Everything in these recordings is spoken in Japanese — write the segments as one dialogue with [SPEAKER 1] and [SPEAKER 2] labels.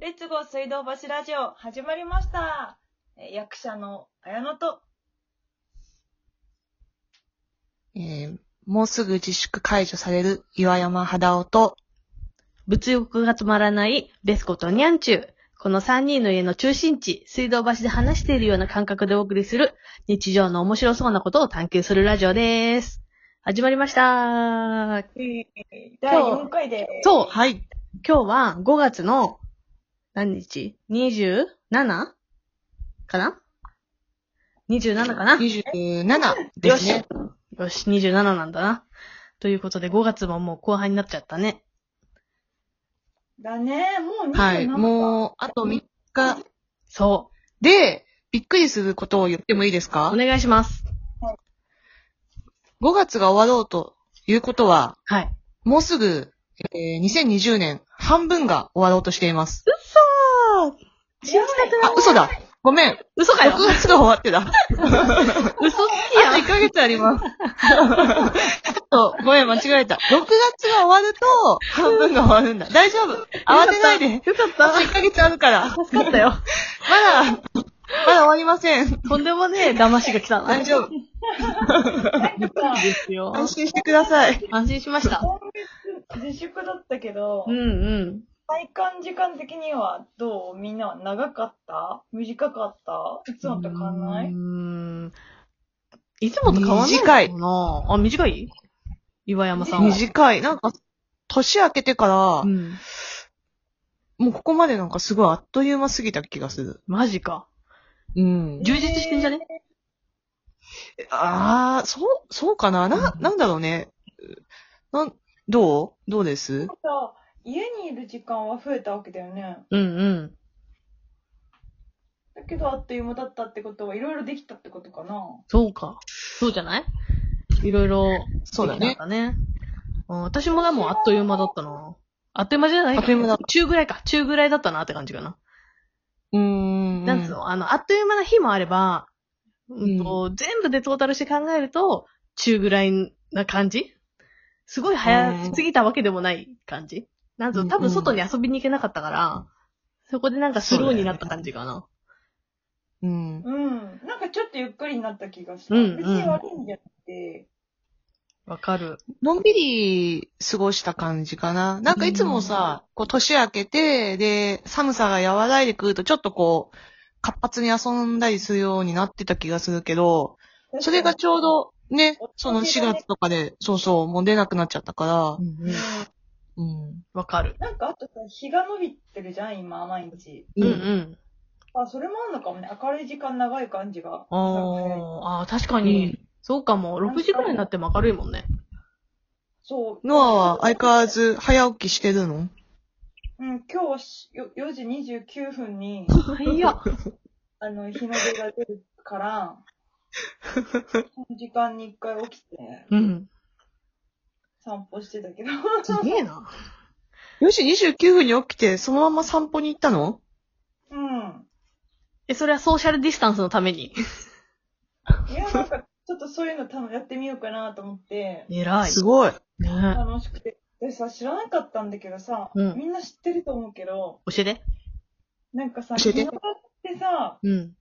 [SPEAKER 1] レッツゴー水道橋ラジオ始まりました。え役者の綾乃と、
[SPEAKER 2] えーもうすぐ自粛解除される岩山肌夫と、
[SPEAKER 3] 物欲が止まらないベスコとニャンチュー。この3人の家の中心地、水道橋で話しているような感覚でお送りする、日常の面白そうなことを探求するラジオです。始まりました。
[SPEAKER 1] 第4回で、
[SPEAKER 3] そう、
[SPEAKER 2] はい。
[SPEAKER 3] 今日は5月の、何日 ?27? かな ?27 かな
[SPEAKER 2] 27ですね。
[SPEAKER 3] よし、27なんだな。ということで5月ももう後半になっちゃったね。
[SPEAKER 1] だね、もう27
[SPEAKER 2] はい。
[SPEAKER 1] か
[SPEAKER 2] もう、あと3日。
[SPEAKER 3] そ
[SPEAKER 2] で、びっくりすることを言ってもいいです
[SPEAKER 3] う。
[SPEAKER 2] か
[SPEAKER 3] お願いします。
[SPEAKER 2] ?5 月が終わろうということは、
[SPEAKER 3] はい。
[SPEAKER 2] もうすぐ、えー2020年半分が終わろうとしています。
[SPEAKER 1] 早い
[SPEAKER 2] あ、嘘だ。ごめん。
[SPEAKER 3] 嘘かよ
[SPEAKER 2] 6月が終わってた。
[SPEAKER 3] 嘘つき
[SPEAKER 2] あと1ヶ月あります。 ちょっと、ごめん、間違えた。6月が終わると、半分が終わるんだ。大丈夫。慌てないで。
[SPEAKER 3] よかっ
[SPEAKER 2] あと
[SPEAKER 3] た。
[SPEAKER 2] 1ヶ月あるから。ま
[SPEAKER 3] 助かったよ。
[SPEAKER 2] だ、まだ終わりません。
[SPEAKER 3] とんでもねえ騙しが来たな。
[SPEAKER 2] 大丈夫。
[SPEAKER 1] なんか
[SPEAKER 3] ですよ。
[SPEAKER 2] 安心してください。
[SPEAKER 3] 安心しました。
[SPEAKER 1] 今月自粛だったけど、
[SPEAKER 3] うんうん。
[SPEAKER 1] 体感時間的にはどうみんなは長かった短かったいつもと変わんな
[SPEAKER 3] うー
[SPEAKER 1] い
[SPEAKER 3] ん。いつもと変わんないのかな。あ、
[SPEAKER 2] 短い
[SPEAKER 3] 短い岩山さんは。
[SPEAKER 2] 短い。なんか、年明けてから、
[SPEAKER 3] うん。
[SPEAKER 2] もうここまでなんかすごいあっという間過ぎた気がする。
[SPEAKER 3] マジか。
[SPEAKER 2] うん。
[SPEAKER 3] 充実してんじゃね
[SPEAKER 2] あー、そう、そうかな。な、なんだろうね。なん、どうどうです
[SPEAKER 1] さ家にいる時間は増えたわけだよね。
[SPEAKER 3] うんうん。
[SPEAKER 1] だけどあっという間だったってことはいろいろできたってことかな。
[SPEAKER 3] そうか。そうじゃないいろいろ。
[SPEAKER 2] そうだね。
[SPEAKER 3] だね。うん私もでもあっという間だったな。あっという間じゃない
[SPEAKER 2] あっという間だっ
[SPEAKER 3] 中ぐらいか。中ぐらいだったなって感じかな。
[SPEAKER 2] うーん。
[SPEAKER 3] なんつうの、あの、あっという間な日もあれば、うんと全部でトータルして考えると、中ぐらいな感じすごい早すぎたわけでもない感じなんつう
[SPEAKER 2] うん
[SPEAKER 3] の、多分外に遊びに行けなかったから、そこでなんかスローになった感じかな。
[SPEAKER 2] うん。
[SPEAKER 1] うん。なんかちょっとゆっくりになった気がした。
[SPEAKER 3] うんうん
[SPEAKER 1] 別に悪いんじゃなくて。
[SPEAKER 3] わ、かる。
[SPEAKER 2] のんびり過ごした感じかな。なんかいつもさ、こう年明けて、で、寒さが和らいでくるとちょっとこう、活発に遊んだりするようになってた気がするけど、それがちょうどね、その4月とかで、そうそう、もう出なくなっちゃったか
[SPEAKER 3] うん
[SPEAKER 1] うん、
[SPEAKER 2] ら、うん。
[SPEAKER 3] わかる。
[SPEAKER 1] なんかあとさ、日が伸びてるじゃん、今、毎日。
[SPEAKER 3] うんうん。
[SPEAKER 1] あ、それもあんのかもね。明るい時間、長い感じが。
[SPEAKER 3] あーあー、確かに、
[SPEAKER 2] うん
[SPEAKER 3] そうかも。6時ぐらいになっても明るいもんね。
[SPEAKER 1] そう。
[SPEAKER 2] ノアは相変わらず早起きしてるの
[SPEAKER 1] うん、今日はしよ4時29分に、
[SPEAKER 3] いや。
[SPEAKER 1] あの、日の出が出るから、この時間に一回起きて、
[SPEAKER 3] うん。
[SPEAKER 1] 散歩してたけど。
[SPEAKER 3] すげえな。
[SPEAKER 2] ?4 時29分に起きて、そのまま散歩に行ったの
[SPEAKER 1] うん。
[SPEAKER 3] え、それはソーシャルディスタンスのために。
[SPEAKER 1] いや、なんか、ちょっとそういうの多分やってみようかなと思って、
[SPEAKER 3] 偉い。
[SPEAKER 2] す ごい。
[SPEAKER 3] ね
[SPEAKER 1] 楽しくて。でさ、知らなかったんだけどさ、
[SPEAKER 3] うん
[SPEAKER 1] みんな知ってると思うけど、
[SPEAKER 3] 教えて。
[SPEAKER 1] なんかさ、
[SPEAKER 2] 教えて
[SPEAKER 1] 日の出ってさ、
[SPEAKER 3] うん。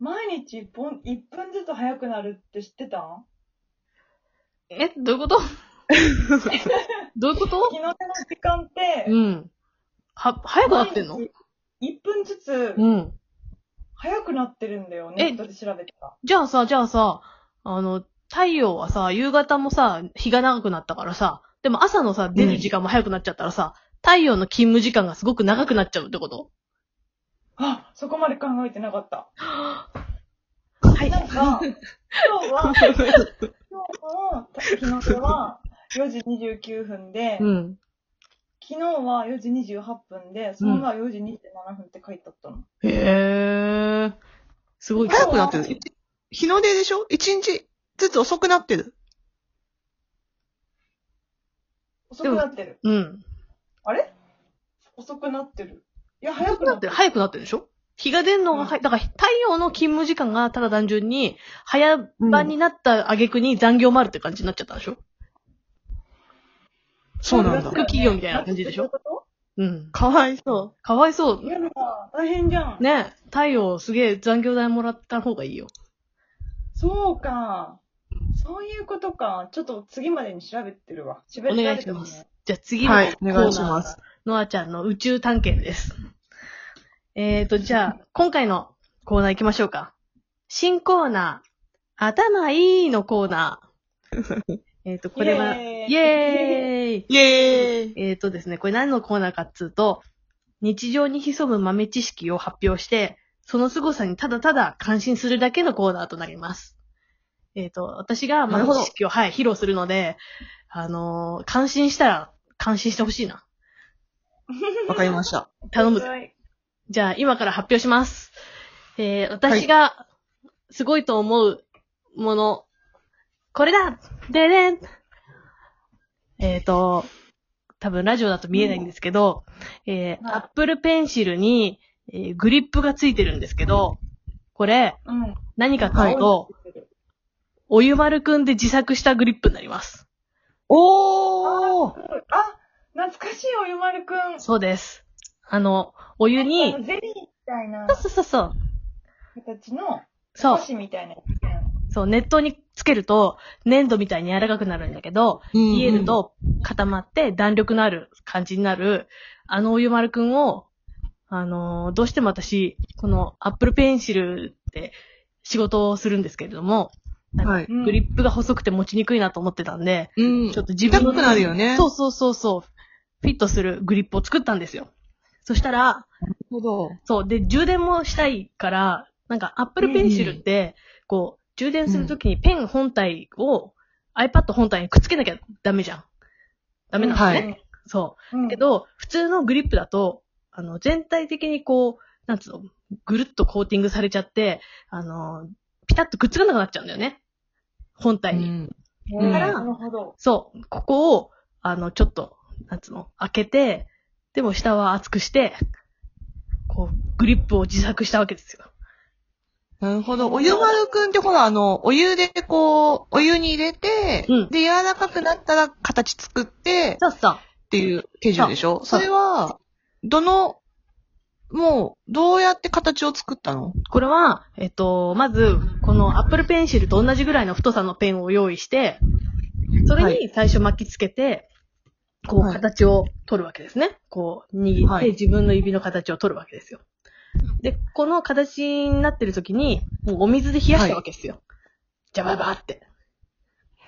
[SPEAKER 1] 毎日1分 ,1 分ずつ早くなるって知ってた
[SPEAKER 3] え、どういうことどういうこ
[SPEAKER 1] 日
[SPEAKER 3] と
[SPEAKER 1] の出の時間って、
[SPEAKER 3] うん。は、早くなってんの
[SPEAKER 1] 毎日 ?1 分ずつ
[SPEAKER 3] うん。
[SPEAKER 1] 早くなってるんだよ、
[SPEAKER 3] え
[SPEAKER 1] ネットで調べてた。
[SPEAKER 3] じゃあさ、じゃあさ、あの、太陽はさ、夕方もさ、日が長くなったからさ、でも朝のさ、出る時間も早くなっちゃったらさ、太陽の勤務時間がすごく長くなっちゃうってこと
[SPEAKER 1] あ、そこまで考えてなかった。
[SPEAKER 3] はい。
[SPEAKER 1] なんか、今日は、 今日の日の出は4時29分で、
[SPEAKER 3] うん。
[SPEAKER 1] 昨日は4時28分で、そのまま4時27分って書いてあったの。
[SPEAKER 3] へえ。ー。すごい。
[SPEAKER 2] 早くなってる。日の出でしょ ?1 日ずつ遅くなってる。
[SPEAKER 1] 遅くなってる。
[SPEAKER 3] うん。
[SPEAKER 1] あれ遅くなってる。いや、早
[SPEAKER 3] 早
[SPEAKER 1] く
[SPEAKER 3] く
[SPEAKER 1] な
[SPEAKER 3] な
[SPEAKER 1] っ
[SPEAKER 3] ってて
[SPEAKER 1] る
[SPEAKER 3] る。。早くなってるでしょ日が出るのが早い。だから太陽の勤務時間がただ単純に、早番になった挙句に残業もあるって感じになっちゃったんでしょ
[SPEAKER 2] そうなんだ
[SPEAKER 3] ブラッ。ク企業みたいな感じでし
[SPEAKER 1] そう
[SPEAKER 3] ょ
[SPEAKER 1] いうこと
[SPEAKER 3] うん。
[SPEAKER 2] かわいそ
[SPEAKER 3] かわいそう。
[SPEAKER 1] やだ、大変じゃん。
[SPEAKER 3] ね太陽すげえ残業代もらった方がいいよ。
[SPEAKER 1] そうか。そういうことか。ちょっと次までに調べてるわ。調べ
[SPEAKER 3] お
[SPEAKER 1] て
[SPEAKER 3] 願いします。。じゃあ次
[SPEAKER 2] う。
[SPEAKER 3] のコー
[SPEAKER 2] は
[SPEAKER 3] ナー、
[SPEAKER 2] いお願いします。
[SPEAKER 3] ノアちゃんの宇宙探検です。えーと、じゃあ、今回のコーナー行きましょうか。新コーナー、頭いいのコーナ ー。えーと、これは、
[SPEAKER 1] イエーイ
[SPEAKER 3] イエーイ
[SPEAKER 2] イェーイ
[SPEAKER 3] えーとですね、これ何のコーナーかっつうと、日常に潜む豆知識を発表して、その凄さにただただ感心するだけのコーナーとなります。えーと、私が
[SPEAKER 2] なるほ
[SPEAKER 3] 豆
[SPEAKER 2] ど
[SPEAKER 3] 知識を、はい、披露するので、あのー感心したら、感心してほしいな。
[SPEAKER 2] わかりました。
[SPEAKER 3] 頼む。
[SPEAKER 1] はい
[SPEAKER 3] じゃあ、今から発表します。えー、私が、すごいと思うもの、これだででんえっ、ー、と、多分ラジオだと見えないんですけど、えー、
[SPEAKER 1] はい
[SPEAKER 3] アップルペンシルに、えーグリップがついてるんですけど、これ、
[SPEAKER 1] うん。
[SPEAKER 3] 何か買うと、おゆまるくんで自作したグリップになります。
[SPEAKER 2] おー
[SPEAKER 1] あ、懐かしいおゆまるくん。
[SPEAKER 3] そうです。あの、お湯に
[SPEAKER 1] あ、のゼリーみたいな
[SPEAKER 3] そうそうそう、
[SPEAKER 1] 形の、
[SPEAKER 3] そう
[SPEAKER 1] お、菓子みたいなや
[SPEAKER 3] そう、熱湯につけると、粘土みたいに柔らかくなるんだけど、
[SPEAKER 2] うん
[SPEAKER 3] 冷える。と固まって弾力のある感じになる、あのお湯丸くんを、あのーどうしても私、このアップルペンシルで仕事をするんですけれども、なんか
[SPEAKER 2] はい。
[SPEAKER 1] つ。
[SPEAKER 3] グリップが細くて持ちにくいなと思ってたんで、
[SPEAKER 2] うん。
[SPEAKER 3] ちょっと自
[SPEAKER 2] 自
[SPEAKER 3] 分
[SPEAKER 2] 分
[SPEAKER 3] の
[SPEAKER 2] くなるよね。。
[SPEAKER 3] そううそうそうそう、フィットするグリップを作ったんですよ。そしたら、
[SPEAKER 2] ほど。
[SPEAKER 3] そう、で、充電もしたいから、なんかアップルペンシルって、こう、充電するときにペン本体を iPad 本体にくっつけなきゃダメじゃん。ダメなんですね。
[SPEAKER 2] は
[SPEAKER 3] そう。
[SPEAKER 1] うん。
[SPEAKER 3] けど、普通のグリップだと、あの、全体的にこう、なんつうの、ぐるっとコーティングされちゃって、あの、ピタッとくっつかなくなっちゃうんだよね。本体に。
[SPEAKER 2] うん
[SPEAKER 1] うん、
[SPEAKER 2] だ
[SPEAKER 1] な
[SPEAKER 2] から
[SPEAKER 1] るほど。
[SPEAKER 3] そう。ここを、あの、ちょっと、なんつうの、開けて、でも下は厚くして、こう、グリップを自作したわけですよ。
[SPEAKER 2] なるほど。お湯丸くんってほら、あの、お湯でこう、お湯に入れて、
[SPEAKER 3] うん
[SPEAKER 2] で、柔らかくなったら形作って、
[SPEAKER 3] そうそう。
[SPEAKER 2] っていう手順でしょ
[SPEAKER 3] そ
[SPEAKER 2] そうれは、どの、もう、どうやって形を作ったの
[SPEAKER 3] これは、えっと、まず、このアップルペンシルと同じぐらいの太さのペンを用意して、それ
[SPEAKER 2] は
[SPEAKER 3] に最初巻きつけて、こう
[SPEAKER 2] はい
[SPEAKER 3] 形を取るわけですね。こう握っ
[SPEAKER 2] は
[SPEAKER 3] て
[SPEAKER 2] い
[SPEAKER 3] 自分の指の形を取るわけですよ。で、この形になってる時に、もうお水で冷やしたわけですよ。じゃばばって。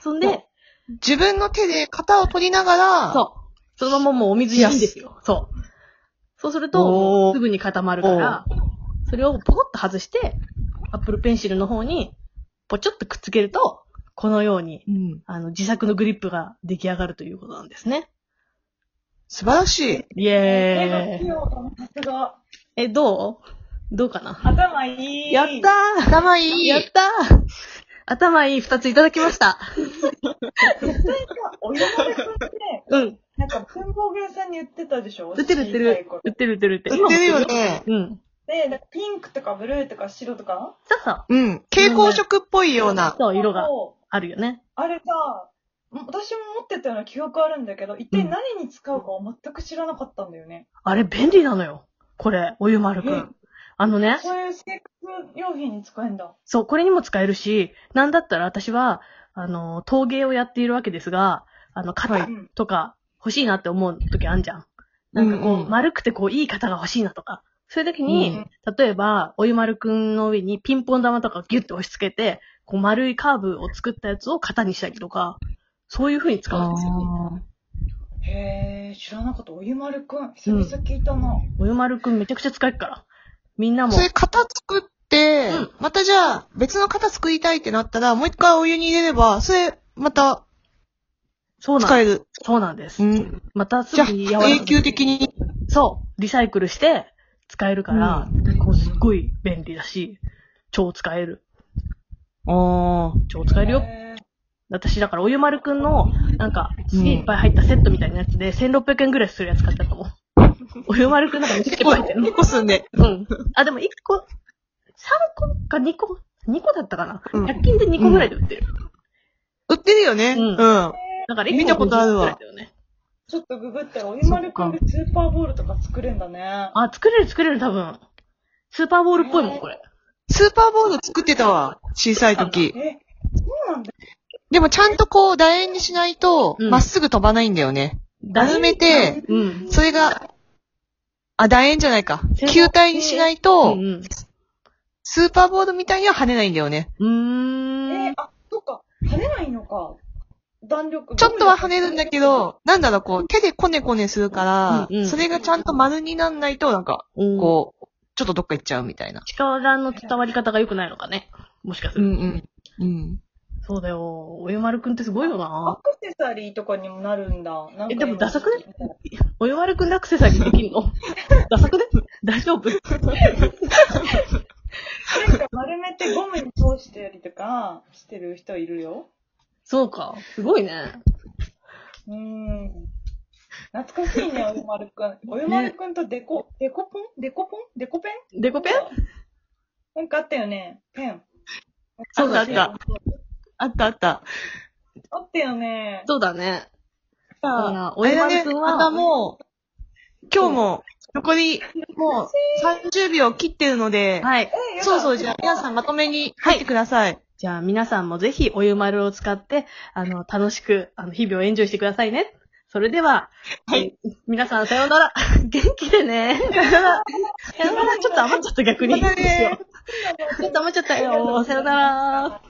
[SPEAKER 3] そんで、
[SPEAKER 2] 自分の手で型を取りながら、
[SPEAKER 3] そう。そのままもうお水やるんですよ。そう。そうすると、
[SPEAKER 2] おー
[SPEAKER 3] すぐに固まるから、それをポコッと外して、アップルペンシルの方に、ポチョっとくっつけると、このように、
[SPEAKER 2] うん。
[SPEAKER 3] あの、自作のグリップが出来上がるということなんですね。
[SPEAKER 2] 素晴らしい。
[SPEAKER 3] イ
[SPEAKER 1] 絵が
[SPEAKER 3] エ
[SPEAKER 1] 器
[SPEAKER 3] ーイ。
[SPEAKER 1] 用だなさすが。
[SPEAKER 3] え、どうどうかな
[SPEAKER 1] 頭いい。
[SPEAKER 3] やったー
[SPEAKER 2] 頭いい。
[SPEAKER 3] やったー頭いい二ついただきました。
[SPEAKER 1] おゆまるくんって、
[SPEAKER 3] うん。
[SPEAKER 1] なんか文房具屋さんに売ってたでしょ
[SPEAKER 3] 売ってる売って
[SPEAKER 1] 小さい
[SPEAKER 3] る
[SPEAKER 1] 頃。
[SPEAKER 3] 売ってる売ってる売ってる。
[SPEAKER 2] 売ってるよね。
[SPEAKER 3] うん。
[SPEAKER 1] で、なんかピンクとかブルーとか白とか
[SPEAKER 3] そうそう。
[SPEAKER 2] うん。蛍光色っぽいような。
[SPEAKER 3] そう、色が
[SPEAKER 1] そう
[SPEAKER 3] あるよね。
[SPEAKER 1] あれさ、私も持ってたような記憶あるんだけど、一体何に使うかは全く知らなかったんだよね。
[SPEAKER 3] あれ、便利なのよ。これ、お湯丸く
[SPEAKER 1] え
[SPEAKER 3] ん。あのね、
[SPEAKER 1] そういう生活用品に使えんだ。
[SPEAKER 3] そう、これにも使えるし、なんだったら私は、あの、陶芸をやっているわけですが、あの、
[SPEAKER 2] は
[SPEAKER 3] 型
[SPEAKER 2] い
[SPEAKER 1] うん。
[SPEAKER 3] とか欲しいなって思う時あんじゃん。なんかこう、
[SPEAKER 2] うんうん
[SPEAKER 3] 丸くてこう、いい型が欲しいなとか。そういう時に、
[SPEAKER 2] うん
[SPEAKER 3] 例えば、お湯丸くんの上にピンポン玉とかをギュッと押し付けて、こう、丸いカーブを作ったやつを型にしたりとか、そういう風に使うんですよね。
[SPEAKER 2] あー
[SPEAKER 1] へえ、知らなかった。おゆまるくん。久々聞いたな。
[SPEAKER 3] お湯丸くんめちゃくちゃ使えるから。みんなも
[SPEAKER 2] そ、れ型作って、
[SPEAKER 3] うん
[SPEAKER 2] またじゃあ別の型作りたいってなったら、もう一回お湯に入れれば、それまた
[SPEAKER 3] そうなん
[SPEAKER 2] 使
[SPEAKER 3] で
[SPEAKER 2] え
[SPEAKER 3] す。
[SPEAKER 2] る。
[SPEAKER 3] そうなんです。
[SPEAKER 2] うん。
[SPEAKER 3] またす
[SPEAKER 2] じゃ
[SPEAKER 3] ぐ
[SPEAKER 2] あ
[SPEAKER 3] に柔らかく
[SPEAKER 2] 永久的に。
[SPEAKER 3] そう、リサイクルして使えるから、こうすっごい便利だし、超使える。
[SPEAKER 2] あ
[SPEAKER 3] 超使えるよ。
[SPEAKER 1] へ
[SPEAKER 3] 私、だから、お湯丸くんの、なんか、
[SPEAKER 2] うん
[SPEAKER 3] いっぱい入ったセットみたいなやつで、1600円ぐらいするやつ買っちゃった もん。お湯丸くんなんかめっちゃいっぱい入ってるの
[SPEAKER 2] 結。構すんで。
[SPEAKER 3] うん。あ、でも1個、3個か2個、2個だったかな。
[SPEAKER 2] うん
[SPEAKER 3] 100均で2個ぐらいで売ってる。
[SPEAKER 2] 売ってるよね。
[SPEAKER 3] う
[SPEAKER 2] うんん。
[SPEAKER 3] だから
[SPEAKER 2] 見たことある
[SPEAKER 3] 1個50ぐ
[SPEAKER 2] わ
[SPEAKER 3] らいだよね
[SPEAKER 1] ちょっとググったら、お湯丸くんでスーパーボールとか作れんだね。
[SPEAKER 3] あ、作れる作れる多分。スーパーボールっぽいもん、これ。
[SPEAKER 2] スーパーボール作ってたわ。小さい時。
[SPEAKER 1] え、そうなんだ。
[SPEAKER 2] でもちゃんとこう、楕円にしないと、
[SPEAKER 3] うん
[SPEAKER 2] まっすぐ飛ばないんだよね。丸めて、
[SPEAKER 3] うん。
[SPEAKER 2] それが、あ、楕円じゃないか。
[SPEAKER 3] 正方形
[SPEAKER 2] 球体にしないうと、
[SPEAKER 3] ん
[SPEAKER 2] スーパーボールみたいには跳ねないんだよね。
[SPEAKER 3] うん。うー
[SPEAKER 1] え
[SPEAKER 3] ん。
[SPEAKER 1] あ、そっか。跳ねないのか。弾力。
[SPEAKER 2] ちょっとは跳ねるんだけど、なんだろう、こう、手でコネコネするから、
[SPEAKER 3] うんうん
[SPEAKER 2] それがちゃんと丸になんないと、なんか、
[SPEAKER 3] うん
[SPEAKER 2] こう、ちょっとどっか行っちゃうみたいな。
[SPEAKER 3] 力の伝わり方が良くないのかね。もしかす
[SPEAKER 2] う
[SPEAKER 3] る
[SPEAKER 2] ん
[SPEAKER 3] と。
[SPEAKER 2] うん。うん。
[SPEAKER 3] そうだよ。おゆまるくんってすごいよな
[SPEAKER 1] ア。クセサリーとかにもなるんだ。なんか
[SPEAKER 3] えでもダサくね
[SPEAKER 1] 今
[SPEAKER 3] おゆまるくんのアクセサリーできんの ダサくね大丈夫
[SPEAKER 1] なんか丸めてゴムに通してやりとかしてる人いるよ。
[SPEAKER 3] そうか。すごいね。
[SPEAKER 1] うーん。懐かしいね、おゆまるくん。おゆまるくんとデコ、デコポンデコポンデコペン
[SPEAKER 3] デコペン
[SPEAKER 1] なんかあったよね。ペン。
[SPEAKER 3] そうだった
[SPEAKER 1] あ
[SPEAKER 2] あったあった。
[SPEAKER 1] あったよね。
[SPEAKER 3] そうだね。だか
[SPEAKER 2] あ
[SPEAKER 3] ら、お
[SPEAKER 2] お
[SPEAKER 3] ゆ
[SPEAKER 2] や
[SPEAKER 3] ま
[SPEAKER 2] だ
[SPEAKER 3] る
[SPEAKER 2] ね、
[SPEAKER 3] くん
[SPEAKER 2] ま
[SPEAKER 3] は、
[SPEAKER 2] たもう、今日も、残り、もう、30秒切ってるので、
[SPEAKER 3] はい。
[SPEAKER 1] えやだ
[SPEAKER 2] そうそう、じゃあ皆さんまとめに入ってください。
[SPEAKER 3] じゃあ皆さんもぜひお湯丸を使って、あの、楽しく、あの、日々をエンジョイしてくださいね。それでは、
[SPEAKER 2] はい
[SPEAKER 3] えー。皆さんさようなら。 元気でね。さようなら。さようなら。ちょっと余っちゃった逆に。
[SPEAKER 2] またね
[SPEAKER 3] ちょっと余っちゃったよ。さようなら。